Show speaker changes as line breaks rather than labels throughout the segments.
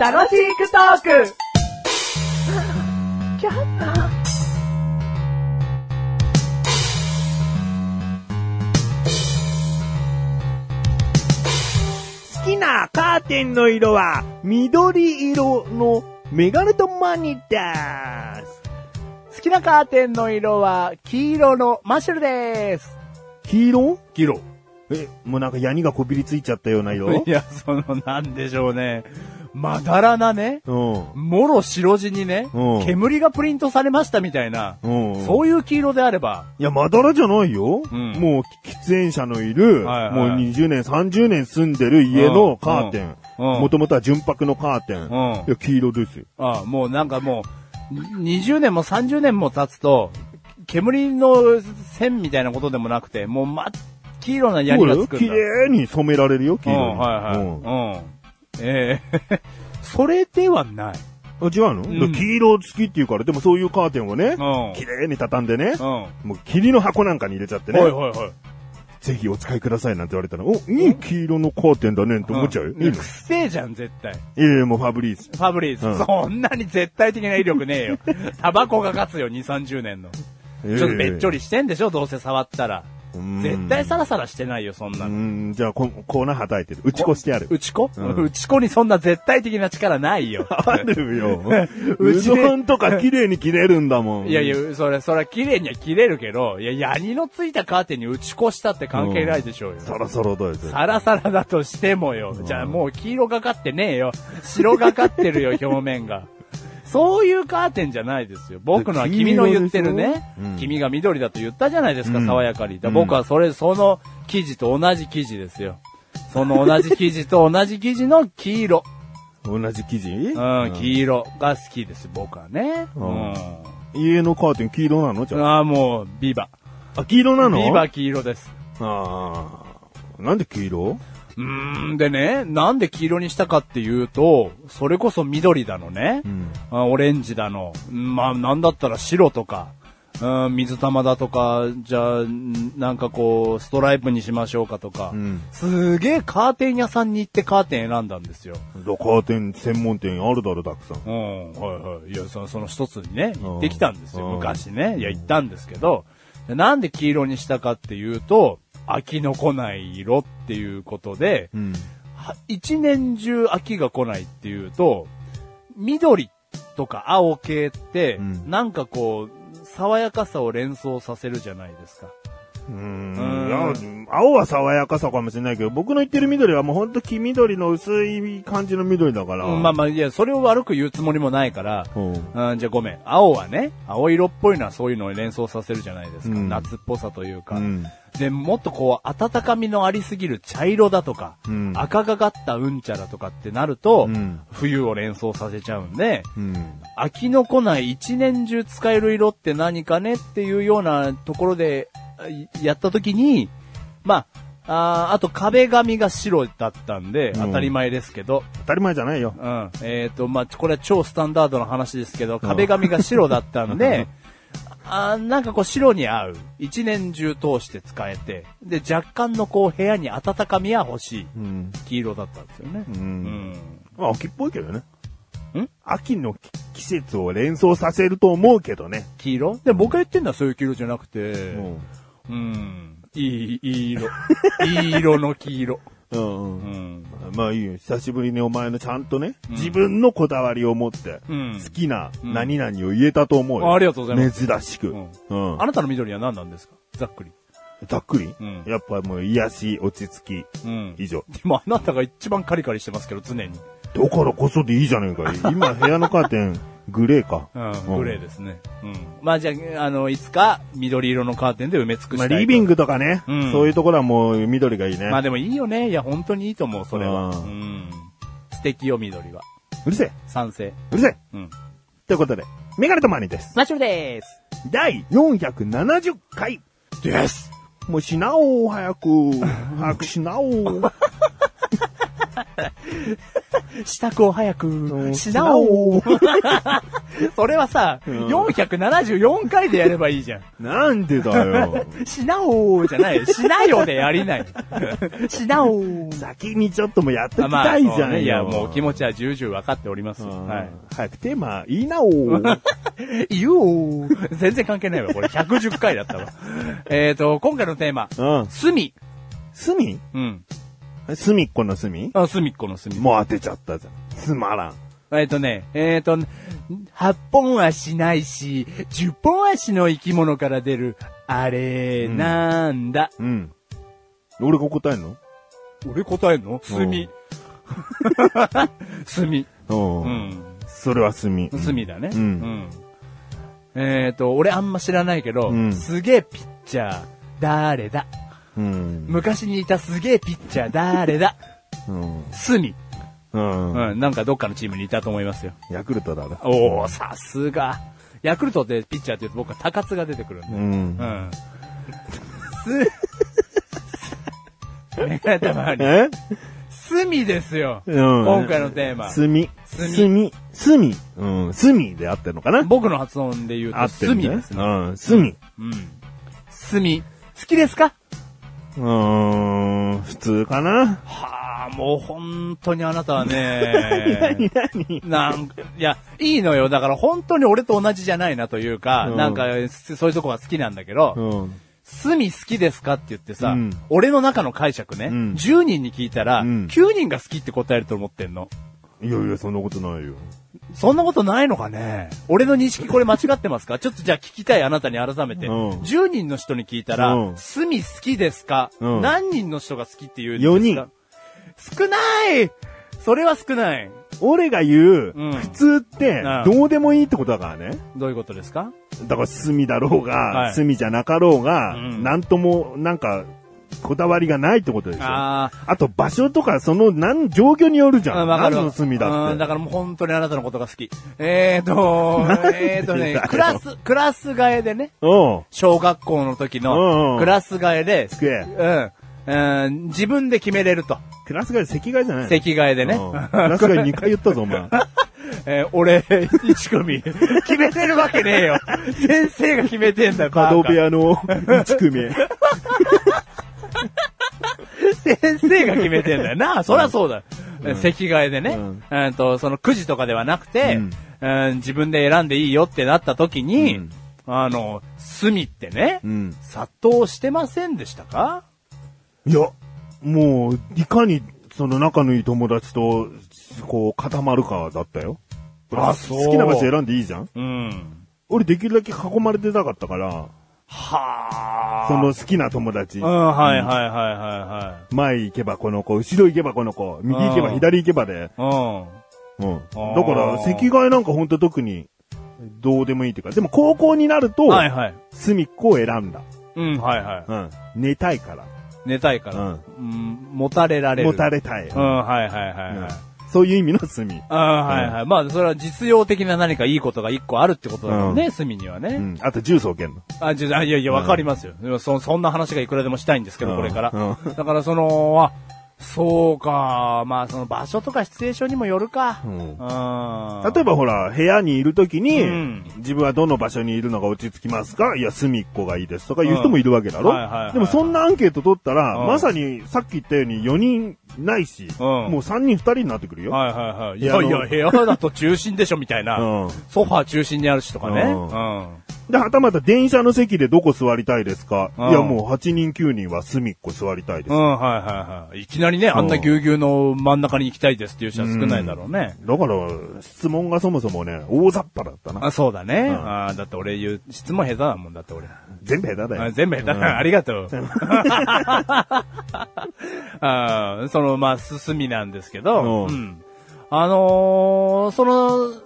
楽しくトーク
好きなカーテンの色は緑色のメガネとマニーです。
好きなカーテンの色は黄色のマッシュルです。
黄色黄色。え、もうなんかヤニがこびりついちゃったような 色
いや、その、なんでしょうね。まだらなね、
うん。
もろ白地にね
う、ん
煙がプリントされましたみたいな、
うん。
そういう黄色であれば、
いや、まだらじゃないよ。
うん
もう、喫煙者のいる、
はいはい
もう20年、30年住んでる家のカーテン。
うんうん
もともとは純白のカーテン。
ん
いや、黄色ですよ。
ああもうなんかもう、20年も30年も経つと、煙の線みたいなことでもなくて、もう真っ黄色な槍がつくんだ。
綺麗に染められるよ、黄
う
色に。
ん、はいはい。
う
うんん。え えそれではな
あ
い。
違うの、
うん
黄色好きっていうから、でもそういうカーテンをね
う、ん。
綺麗に畳んでね
う、ん。
もう霧の箱なんかに入れちゃってね
は、いはいはい。
ぜひお使いくださいなんて言われたら、お、いい黄色のカーテンだねって思っちゃうよ。いい
ん
の
くっせえじゃん、絶対。
いやいや、もうファブリーズ。
ファブリーズ、
うん
そんなに絶対的な威力ね えよ。タバコが勝つよ、2、30年の。
ち
ちょっとべっちょ
り。
りしてんでしょ、どうせ触ったら。
うん
絶対サラサラしてないよ、そんな
う
の。
ん、じゃあ、こコーナーはたいてる。打ち越してある。
うちこ、
ん
うちこにそんな絶対的な力ない よ。
あるよ。う
うち
ち
で
どんとか綺麗に切れるんだもん。
いやいや、それ、それ綺麗には切れるけど、いや、ヤニのついたカーテンに打ち越したって関係ないでしょうよ。
そろそろどうです。
サラサラだとしてもよ。じゃあもう黄色がかってねえよ。白がかって るよ、表面が。そういうカーテンじゃないですよ。僕のは君の言ってる
黄色で
ね
しょうん。
君が緑だと言ったじゃないですか、
うん
爽やかに。だ
うん
僕はそれ、その生地と同じ生地ですよ。その同じ生地と同じ生地の黄色。
同じ生地
うん、黄色が好きです、僕はね。
う
うんん。
家のカーテン黄色なのじゃあ。
ああ、もう、ビバ。
あ、黄色なの
ビバ黄色です。
ああ。なんで黄色
うーん、でね、なんで黄色にしたかっていうと、それこそ緑だのね、
ん
あオレンジだの、うんまあなんだったら白とか、うん、水玉だとか、じゃあ、んなんかこう、ストライプにしましょうかとか、
うん
すげえカーテン屋さんに行ってカーテン選んだんですよ。
カーテン専門店あるだろ、たくさん。
うん、はいはい。いや、その、その一つにね、
ん
行ってきたんですよ、
うん
昔ね。いや、行ったんですけど、でなんで黄色にしたかっていうと、飽きの来ない色っていうことで、
うん。
は一年中飽きが来ないっていうと、緑とか青系って、
うん
なんかこう、爽やかさを連想させるじゃないですか。
うん
うん
いや青は爽やかさかもしれないけど、僕の言ってる緑はもうほんと黄緑の薄い感じの緑だから。
まあまあ、いや、それを悪く言うつもりもないから、
うん
うん、じゃあごめん。青はね、青色っぽいのはそういうのを連想させるじゃないですか。
うん
夏っぽさというか。
うん
で、もっとこう、温かみのありすぎる茶色だとか、
うん
赤がかったうんちゃらとかってなると、
うん
冬を連想させちゃうんで、
うん。
飽きのこない一年中使える色って何かねっていうようなところであいやった時に、まあ、あーあと壁紙が白だったんで、
ん
当たり前ですけど、
当たり前じゃないよ。
うん。えっ、と、まあ、これは超スタンダードの話ですけど、壁紙が白だったんで、 あーなんかこう白に合う。一年中通して使えて、で、若干のこう部屋に温かみは欲しい。
うん。
黄色だったんですよね。
う。
うんん。
まあ、秋っぽいけどね。
ん
秋のき季節を連想させると思うけどね。
黄色で、僕が言ってんのはそういう黄色じゃなくて、
うん。
うん。いい、いい色。 いい色の黄色。
うんう。
うんん。
まあいいよ。久しぶりにお前のちゃんとね、自分のこだわりを持って、
うん
好きな何々を言えたと思うよ。
ありがとうございます。
珍しく。うん。
うん。あなたの緑は何なんですかざっくり。
ざっくり、
うん
やっぱもう癒し、落ち着き、
うん。で
以上。
もあなたが一番カリカリしてますけど、常に。
だからこそでいいじゃねえか。 今部屋のカーテン、グレーか。
うん。グレーですね。うん。まあじゃあ、あの、いつか緑色のカーテンで埋め尽く
ま
した
あ
いと。
リビングとかね、
うん
そういうところはもう緑がいいね。
まあでもいいよね。いや、本当にいいと思う、それは。
う
うんん。素敵よ、緑は。
うるせえ、
賛成。
うるせえ。
うん。
ということで、メガネとマニです。
マッシュルです。
第470回です。 もうしなおう、早く。早くしなおう。
支度を早
う
く
ん
しなおう。 それはさ、
うん
474回でやればいいじゃん。
なんでだ よ。
しなおうじゃない。しなよでやりない。 しなおう。
先にちょっともやっとき
あまあ
たいじゃん
そう
よ。
ねいや、もう気持ちは重々分かっております。
うん
はい。
早くテーマ、いいなお ー
言おう。全然関係ないわ。これ110回だったわ。 えっと、今回のテーマ。
うん。
隅。
隅
うん。
隅っこの隅
あ、隅っこの隅。
もう当てちゃったじゃん。つまらん。
えっ、とね、えっ、と、8本はしないし、10本足の生き物から出る、あれ、
ん
なんだ。
うん。俺が答えんの
俺答えんの
墨。
墨。う
うん。
ん。
それは隅。
隅だね。
うん
うんえっ、と、俺あんま知らないけど、
うん
すげえピッチャー、誰だ。
うん。
昔にいたすげえピッチャー、誰だ。
うん。
隅。
うん。
うん、なんかどっかのチームにいたと思いますよ。
ヤクルトだな。
おおさすが。ヤクルトでピッチャーって言うと僕は高津が出てくるんで。
うん。
うん。す、 メガネたまわり。
え
隅ですよ。
うん
今回のテーマ。
隅。
隅
隅。隅。うん。隅で合ってるのかな
僕の発音で言う
合
と、
ってる
隅
ね。
ですね。
うん。隅。
うん。隅。好きですか
うーん。普通かな
はあ、もう本当にあな たは
何
ね、
何
なんか、いや、いいのよ。だから本当に俺と同じじゃないなというか、
うん
なんか、そういうとこが好きなんだけど、
うん。
隅好きですかって言ってさ、
うん
俺の中の解釈ね、
うん
10人に聞いたら、
うん
9人が好きって答えると思ってんの。
いやいや、そんなことないよ。
そんなことないのかね俺の認識これ間違ってますかちょっとじゃあ聞きたいあなたに改めて。
うん
10人の人に聞いたら、
うん
隅好きですか、
うん
何人の人が好きって言うん
四
です
人
か少ないそれは少ない。
俺が言う、
うん
普通って
うん、
どうでもいいってことだからね。
どういうことですか
だから、隅だろうが、
はい
隅じゃなかろうが、
うん
なんとも、なんか、こだわりがないってことでしょ。あ
あ
と、場所とか、その、なん、状況によるじ
ー
ゃ
あ、
ん。
わかるわ。
何の隅だっ
う
て。
んだからもう本当にあなたのことが好き。え ーと、えーと
なんでだよ、
ねクラス、クラス替えでね、
うん。
小学校の時
うんう
の
ん
クラス替えで、
机
うんうん、自分で決めれると。
クラス替え、席替えじゃない
席替えでね。
うんクラス替え2回言ったぞ、 お前。
えー俺、一組、決めてるわけねえよ。先生が決めてんだよ、バ
角部
カ。
屋の1組。
先生が決めてんだよな。そりゃそうだ。
うん
席替えでね、う
うんん
と、そのくじとかではなくて、
うん
うん自分で選んでいいよってなった時に、
うん
あの、隅ってね、
うん。
殺到してませんでしたか
いや、もう、いかに、その仲のいい友達と、こう、固まるかだったよ。
あそう
好きな場所選んでいいじゃん
うん。
俺できるだけ囲まれてたかったから、
はあ。
その好きな友達。
うん、はいはいはいはいはい。
前行けばこの子、後ろ行けばこの子、右行けば
うん
左行けばで。
うん。
うん。だ
ー
から、席替えなんかほんと特に、どうでもいいっていうか、でも高校になると、
はいはい。
隅っこを選んだ。
うん、はいは
うん。寝たいから。
い。寝たいから。
うん
うん、もたれられる。
持たれたい。
うん、はいはいはいはい。
うんそういう意味の隅。
ああ、はいはい。まあ、それは実用的な何かいいことが一個あるってことだもんね、
う
隅には
う
ね。
ん。あと、ジュースをけんの。
あ、じゃあ、いやいや、わかりますよ。でもそ、そんな話がいくらでもしたいんですけ
う
ど、
ん
これから。
う
だから、その、あ、そうか、まあ、その場所とかシチュエーションにもよるか。
う
うんん。
例えばほら、部屋にいるときに、
うん
自分はどの場所にいるのが落ち着きますかいや、隅っこがいいですとか言う人もいるわけだろ、
うんはいはいはいはい
でもそんなアンケート取ったら、
うん
まさにさっき言ったように4人ないし、
ん
もう3人2人になってくるよ。
はいはいはい。い
いや
やいや、
あの
部屋だと中心でしょ、みたいな。
うん。
ソファー中心にあるしとかね。
う
うんん。
で、はたまた電車の席でどこ座りたいですか、
うん
いや、もう8人9人は隅っこ座りたいで
う
す。
ん、はいはいはい。いきなりね、あんなぎゅうぎゅうの真ん中に行きたいですっていう人は少ないだろうね。
だから、質問がそもそもね、大雑把だったな。
あ、そうだね。
ん
あーだって俺言う、質問下手だもんだって俺。
全部下手だ
あ
よ。
全部下手だ。 ありがとう。あーその、まあ、進みなんですけど、
う
うんん。あのーその、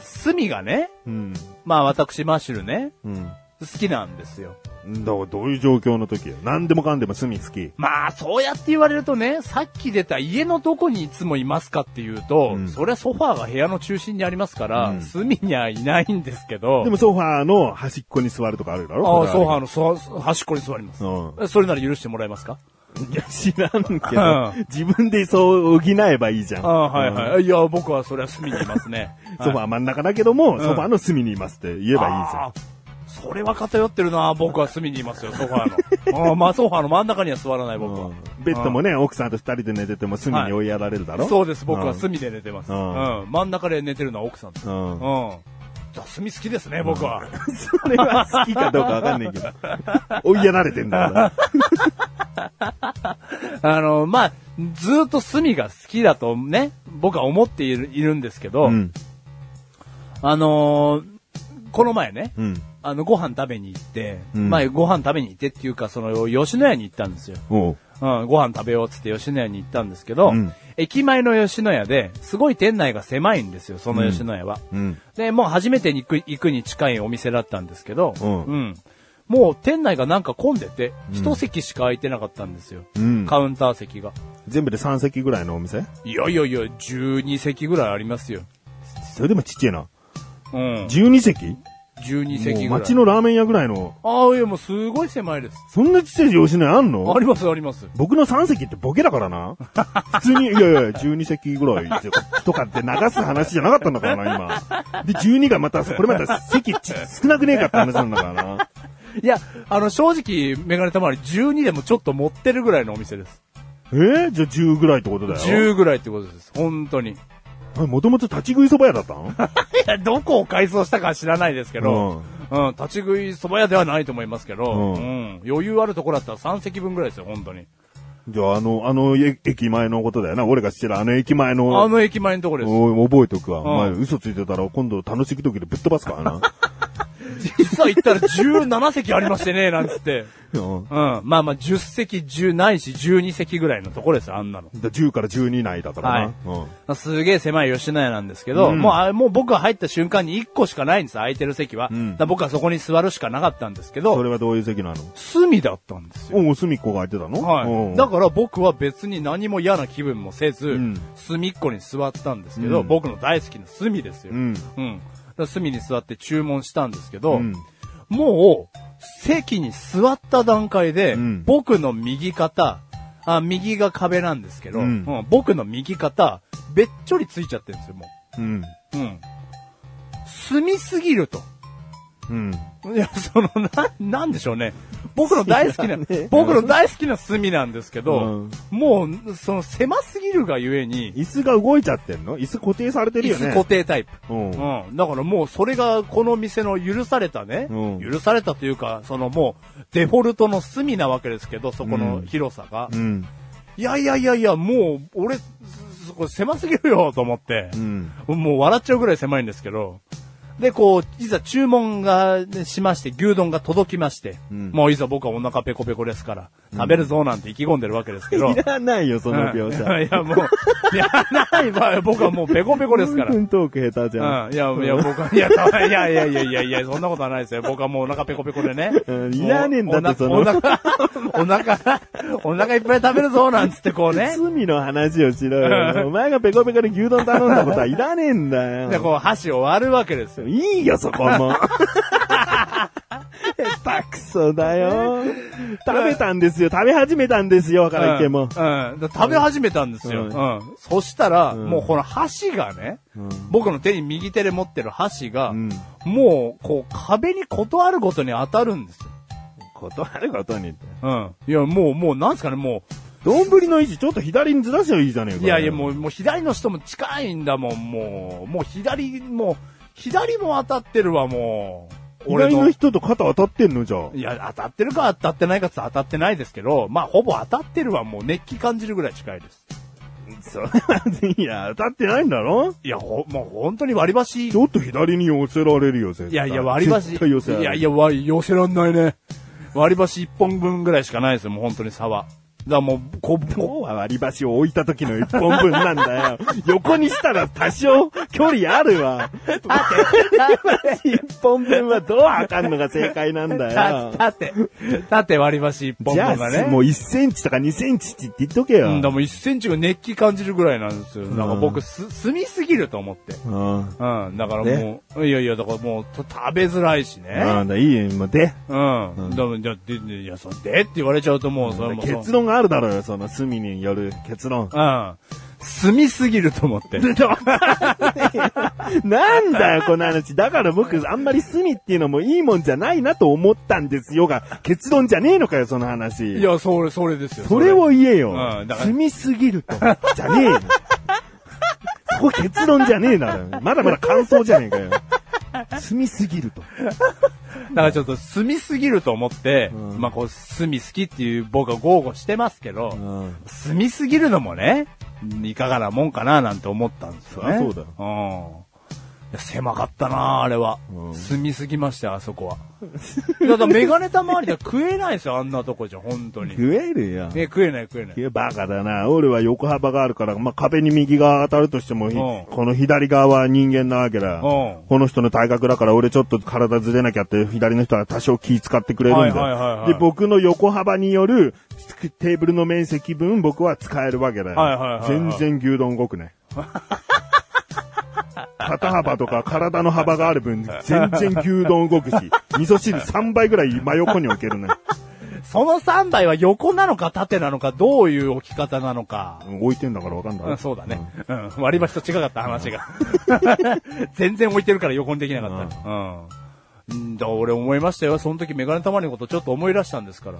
隅がね、
うん。
まあ私マッシュルね、
うん。
好きなんですよ。
だからどういう状況の時よ何でもかんでも隅好き。
まあ、そうやって言われるとね、さっき出た家のどこにいつもいますかっていうと、
うん
そりゃソファーが部屋の中心にありますから、
うん
隅にはいないんですけど、
でもソファーの端っこに座るとかあるだろ
ああ、ソファー
ー
のそ端っこに座ります。
の。
それなら許してもらえますか
ういや、知らんけ
う
ど、自分でそう補えばいいじゃん。
ああ、はい
うん
はい。いや、僕はそれは隅にいます ね。
そばは真ん中だけども、
ん
そばの隅にいますって言えばいいじゃん。
あーそれは偏ってるな僕は隅にいますよ、ソファー の。あーまあ、ソファーの真ん中には座らない、僕は。
ベッドもね、奥さんと二人で寝てても隅に追いやられるだろ、
そうです、僕は
ん
隅で寝てます。う
うん
ん。真ん中で寝てるのは奥さんです。
う。
うんん。じゃあ、隅好きですね、僕は。
それは好きかどうかわかんないけ ど。追いやられてんだから。
あの、まあ、ずーっと隅が好きだとね、僕は思っているいるんですけど、
うん。
あのーこの前ね、
うん。
あの、ご飯食べに行って、
うん
まあ、ご飯食べに行ってっていうか、その、吉野家に行ったんですよ。
おう。
うん、ご飯食べようっつって吉野家に行ったんですけど、
うん
駅前の吉野家で、すごい店内が狭いんですよ、その吉野家は。
うん。
で、もう初めてに行く行くに近いお店だったんですけど、
うん
もう店内がなんか混んでて、一席しか空いてなかったんですよ。
うん
カウンター席が。
全部で3席ぐらいのお店
いやいやいや、12席ぐらいありますよ。
それでもちっちゃいな。
うん。
12席
12席ぐら
も
い。
う街のラーメン屋ぐらいの、
ああ、いやもうすごい狭いです。
そんなちっちゃい吉野家あんの
ありますあります。
僕の3席ってボケだからな。普通に、いやいや、12席ぐらいとかって流す話じゃなかったんだからな、今。で、12がまた、これまた席ち少なくねえかって話なんだからな。
いや、あの、正直、メガネたまわり12でもちょっと持ってるぐらいのお店です。
えーじゃあ10ぐらいってことだよ。
10ぐらいってことです。本当に。い
10? もともと立ち食いそば屋だったん
や、どこを改装したかは知らないですけど、うん、立ち食い蕎麦屋ではないと思いますけど、
うん
うん、余裕あるところだったら3席分ぐらいですよ、本当に。
じゃあ、あの、あのえ駅前のことだよな。俺が知ってるあの駅前の。
あの駅前のところです。
お覚えとくわ。お前
う
嘘ついてたら今度楽しく時でぶっ飛ばす からな。
実は行ったら17席ありましてね、なんつって。
うん
うん、まあまあ10席、10ないし12席ぐらいのところですよ、あんなの。
だ10から12内だからな。
はいすげえ狭い吉野家なんですけど、
うん
もうあ、もう僕が入った瞬間に1個しかないんです、空いてる席は。
ん
だから僕はそこに座るしかなかったんですけ
うん。そ
ど、
れはどういう席なの
隅だったんですよ。
おお、隅っこが空いてたの
は
うん
い。だから僕は別に何も嫌な気分もせず、
ん
隅っこに座ったんですけど、
うん
僕の大好きな隅ですよ。
うん
だから隅に座って注文したんですけど、
うん
もう、席に座った段階で、
うん
僕の右肩、あ、右が壁なんですけど、
うん
うん僕の右肩、べっちょりついちゃってるんですよ、もう。
うん。
うん。住みすぎると。
うん。
いや、その、な、なんでしょうね。僕の大 好きな、僕の大好きな隅なんですけど、もう、その狭すぎるがゆえに、
椅子が動いちゃってんの椅子固定されてる
椅
よ
子
ね。
固定タイプ。
うん。
うん。だからもうそれがこの店の許されたね、
うん
許されたというか、そのもうデフォルトの隅なわけですけど、そこ
う
の
ん
広さが。
うん。
いやいやいやいや、もう俺、すすこれ狭すぎるよと思って。
うん。
もう笑っちゃうぐらい狭いんですけど。で、こう、いざ注文がねしまして、牛丼が届きまして、
うん
もういざ僕はお腹ペコペコですから、食べるぞなんて意気込んでるわけですけど。
いらないよ、その描
うん
写。
いや、もう、いや、ない場合、僕はもうペコペコですから。
うん、トーク下手じゃん。
うん。いや、いや、僕は、いや、たいやいやいやいやいや、そんなことはないですよ。僕はもうお腹ペコペコでね。
うんいらねえんだってその
お腹、お腹、お腹いっぱい食べるぞ、なんつってこうね。
罪の話をしろよ。お前がペコペコで牛丼頼んだことはいらねえんだよ。
で、こう、箸を割るわけですよ。
いいよ、そこ も。下手くそだよ。 食べたんですよ。食べ始めたんですよ、からいけも。
うん。うん食べ始めたんですよ。
う
うんん。そしたら、
ん
もうこの箸がね、
うん
僕の手に右手で持ってる箸が、
うん
もう、こう、壁にことあるごとに当たるんですよ。
断ることに。
うん。いや、もう、もう、なんですかね、も
丼の位置ちょっと左にずらせばいいじゃねえ
う、
か。
いやいや、も
う。
う、もう左の人も近いんだもん、もう、もう左、もう、左も当たってるわ、もう。
左の人と肩当たってんのじゃあ。
いや、当たってるか当たってないかって当たってないですけど、まあ、ほぼ当たってるわ、もう熱気感じるぐらい近いです。
それは、いや、当たってないんだろ
いや、ほ、もう本当に割り箸
ちょっと左に寄せられるよ、絶対。
いやいや、割り箸。
絶対寄せられ
い
る。
やいや、わ寄せらんないね。割り箸一本分ぐらいしかないですよ、もう本当に差は。だからもう、こう、こ
今日は割り箸を置いた時の一本分なんだよ。 横にしたら多少距離あるわ。割り箸一本分はどう測るのが正解なん
う、
だよ
た。縦、縦割り箸一本
じゃ
分
あ、
がね。
もう1センチとか2センチって言っとけよ。
うん、だからもう1センチが熱気感じるぐらいなんですよ。なんか僕、す、住みすぎると思って。
うん。
うん、だからもう、いやいや、だからもう、と食べづらいしね。
なんだ、いいよ、今で。
うん。だからじゃあででいや、それでって言われちゃうともう、それはもう。
結論があるだろうよ、その隅による結論。
うん。住みすぎると思って。
なんだよ、この話。だから僕、あんまり隅っていうのもいいもんじゃないなと思ったんですよが、結論じゃねえのかよ、その話。
いや、それ、それですよ。
それを言えよ。
うんだから
住みすぎると。じゃねえよ。 そこ結論じゃねえなら。まだまだ感想じゃねえかよ。住みすぎると。
だからちょっと住みすぎると思って、
うん
まあこう、住み好きっていう僕は豪語してますけど、
うん。
住みすぎるのもね、いかがなもんかななんて思ったんですよね。
あそうだよ
うん。いや狭かったなあれは。
うん
住みすぎましたよ、あそこは。いやだからメガネタ周りじゃ食えないですよ、あんなとこじゃ、本当に。ね、
食えるよ。
食えない食えない。
いや、バカだな。俺は横幅があるから、まあ、壁に右側当たるとしても、ひ
うん
この左側は人間なわけだ。
うん
この人の体格だから、俺ちょっと体ずれなきゃって、左の人は多少気使ってくれるんだよ。
はいはいはいはい
で、僕の横幅による、つテーブルの面積分、僕は使えるわけだよ。
はいはいはいはい
全然牛丼動くね。 肩幅とか体の幅がある分、全然牛丼動くし、味噌汁3杯ぐらい真横に置けるね。
その3台は横なのか縦なのか、どういう置き方なのか。
うん置いてんだからわかん
う、
なんい。
そうだね。うん。割り箸と違かった話 が。全然置いてるから横にできなかった。うん。うん、だから俺思いましたよ。その時メガネたまりのことちょっと思い出したんですから。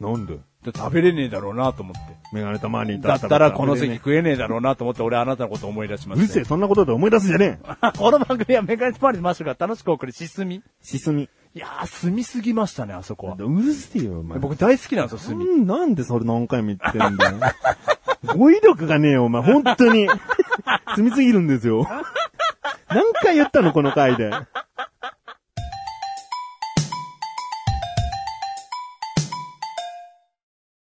なんで
で食べれねえだろうなと思って。
メガネたまに
だったらこの
席
席食えねえだろうなと思って俺あなたのこと思い出しま
うる
した
せえ、
よ。
そんなことで思い出すんじゃねえ。
この番組はメガネたまりのマッシュが楽しくお送りしすみ。
しすみ。
いやー、すみすぎましたね、あそこは
う。るせえよ、お前。
僕大好きなんですよ、すみ。
なんなんでそれ何回も言ってんだよ。 語彙力がねえよ、お 前。本当に。積みすぎるんですよ。何回言ったの、この回で。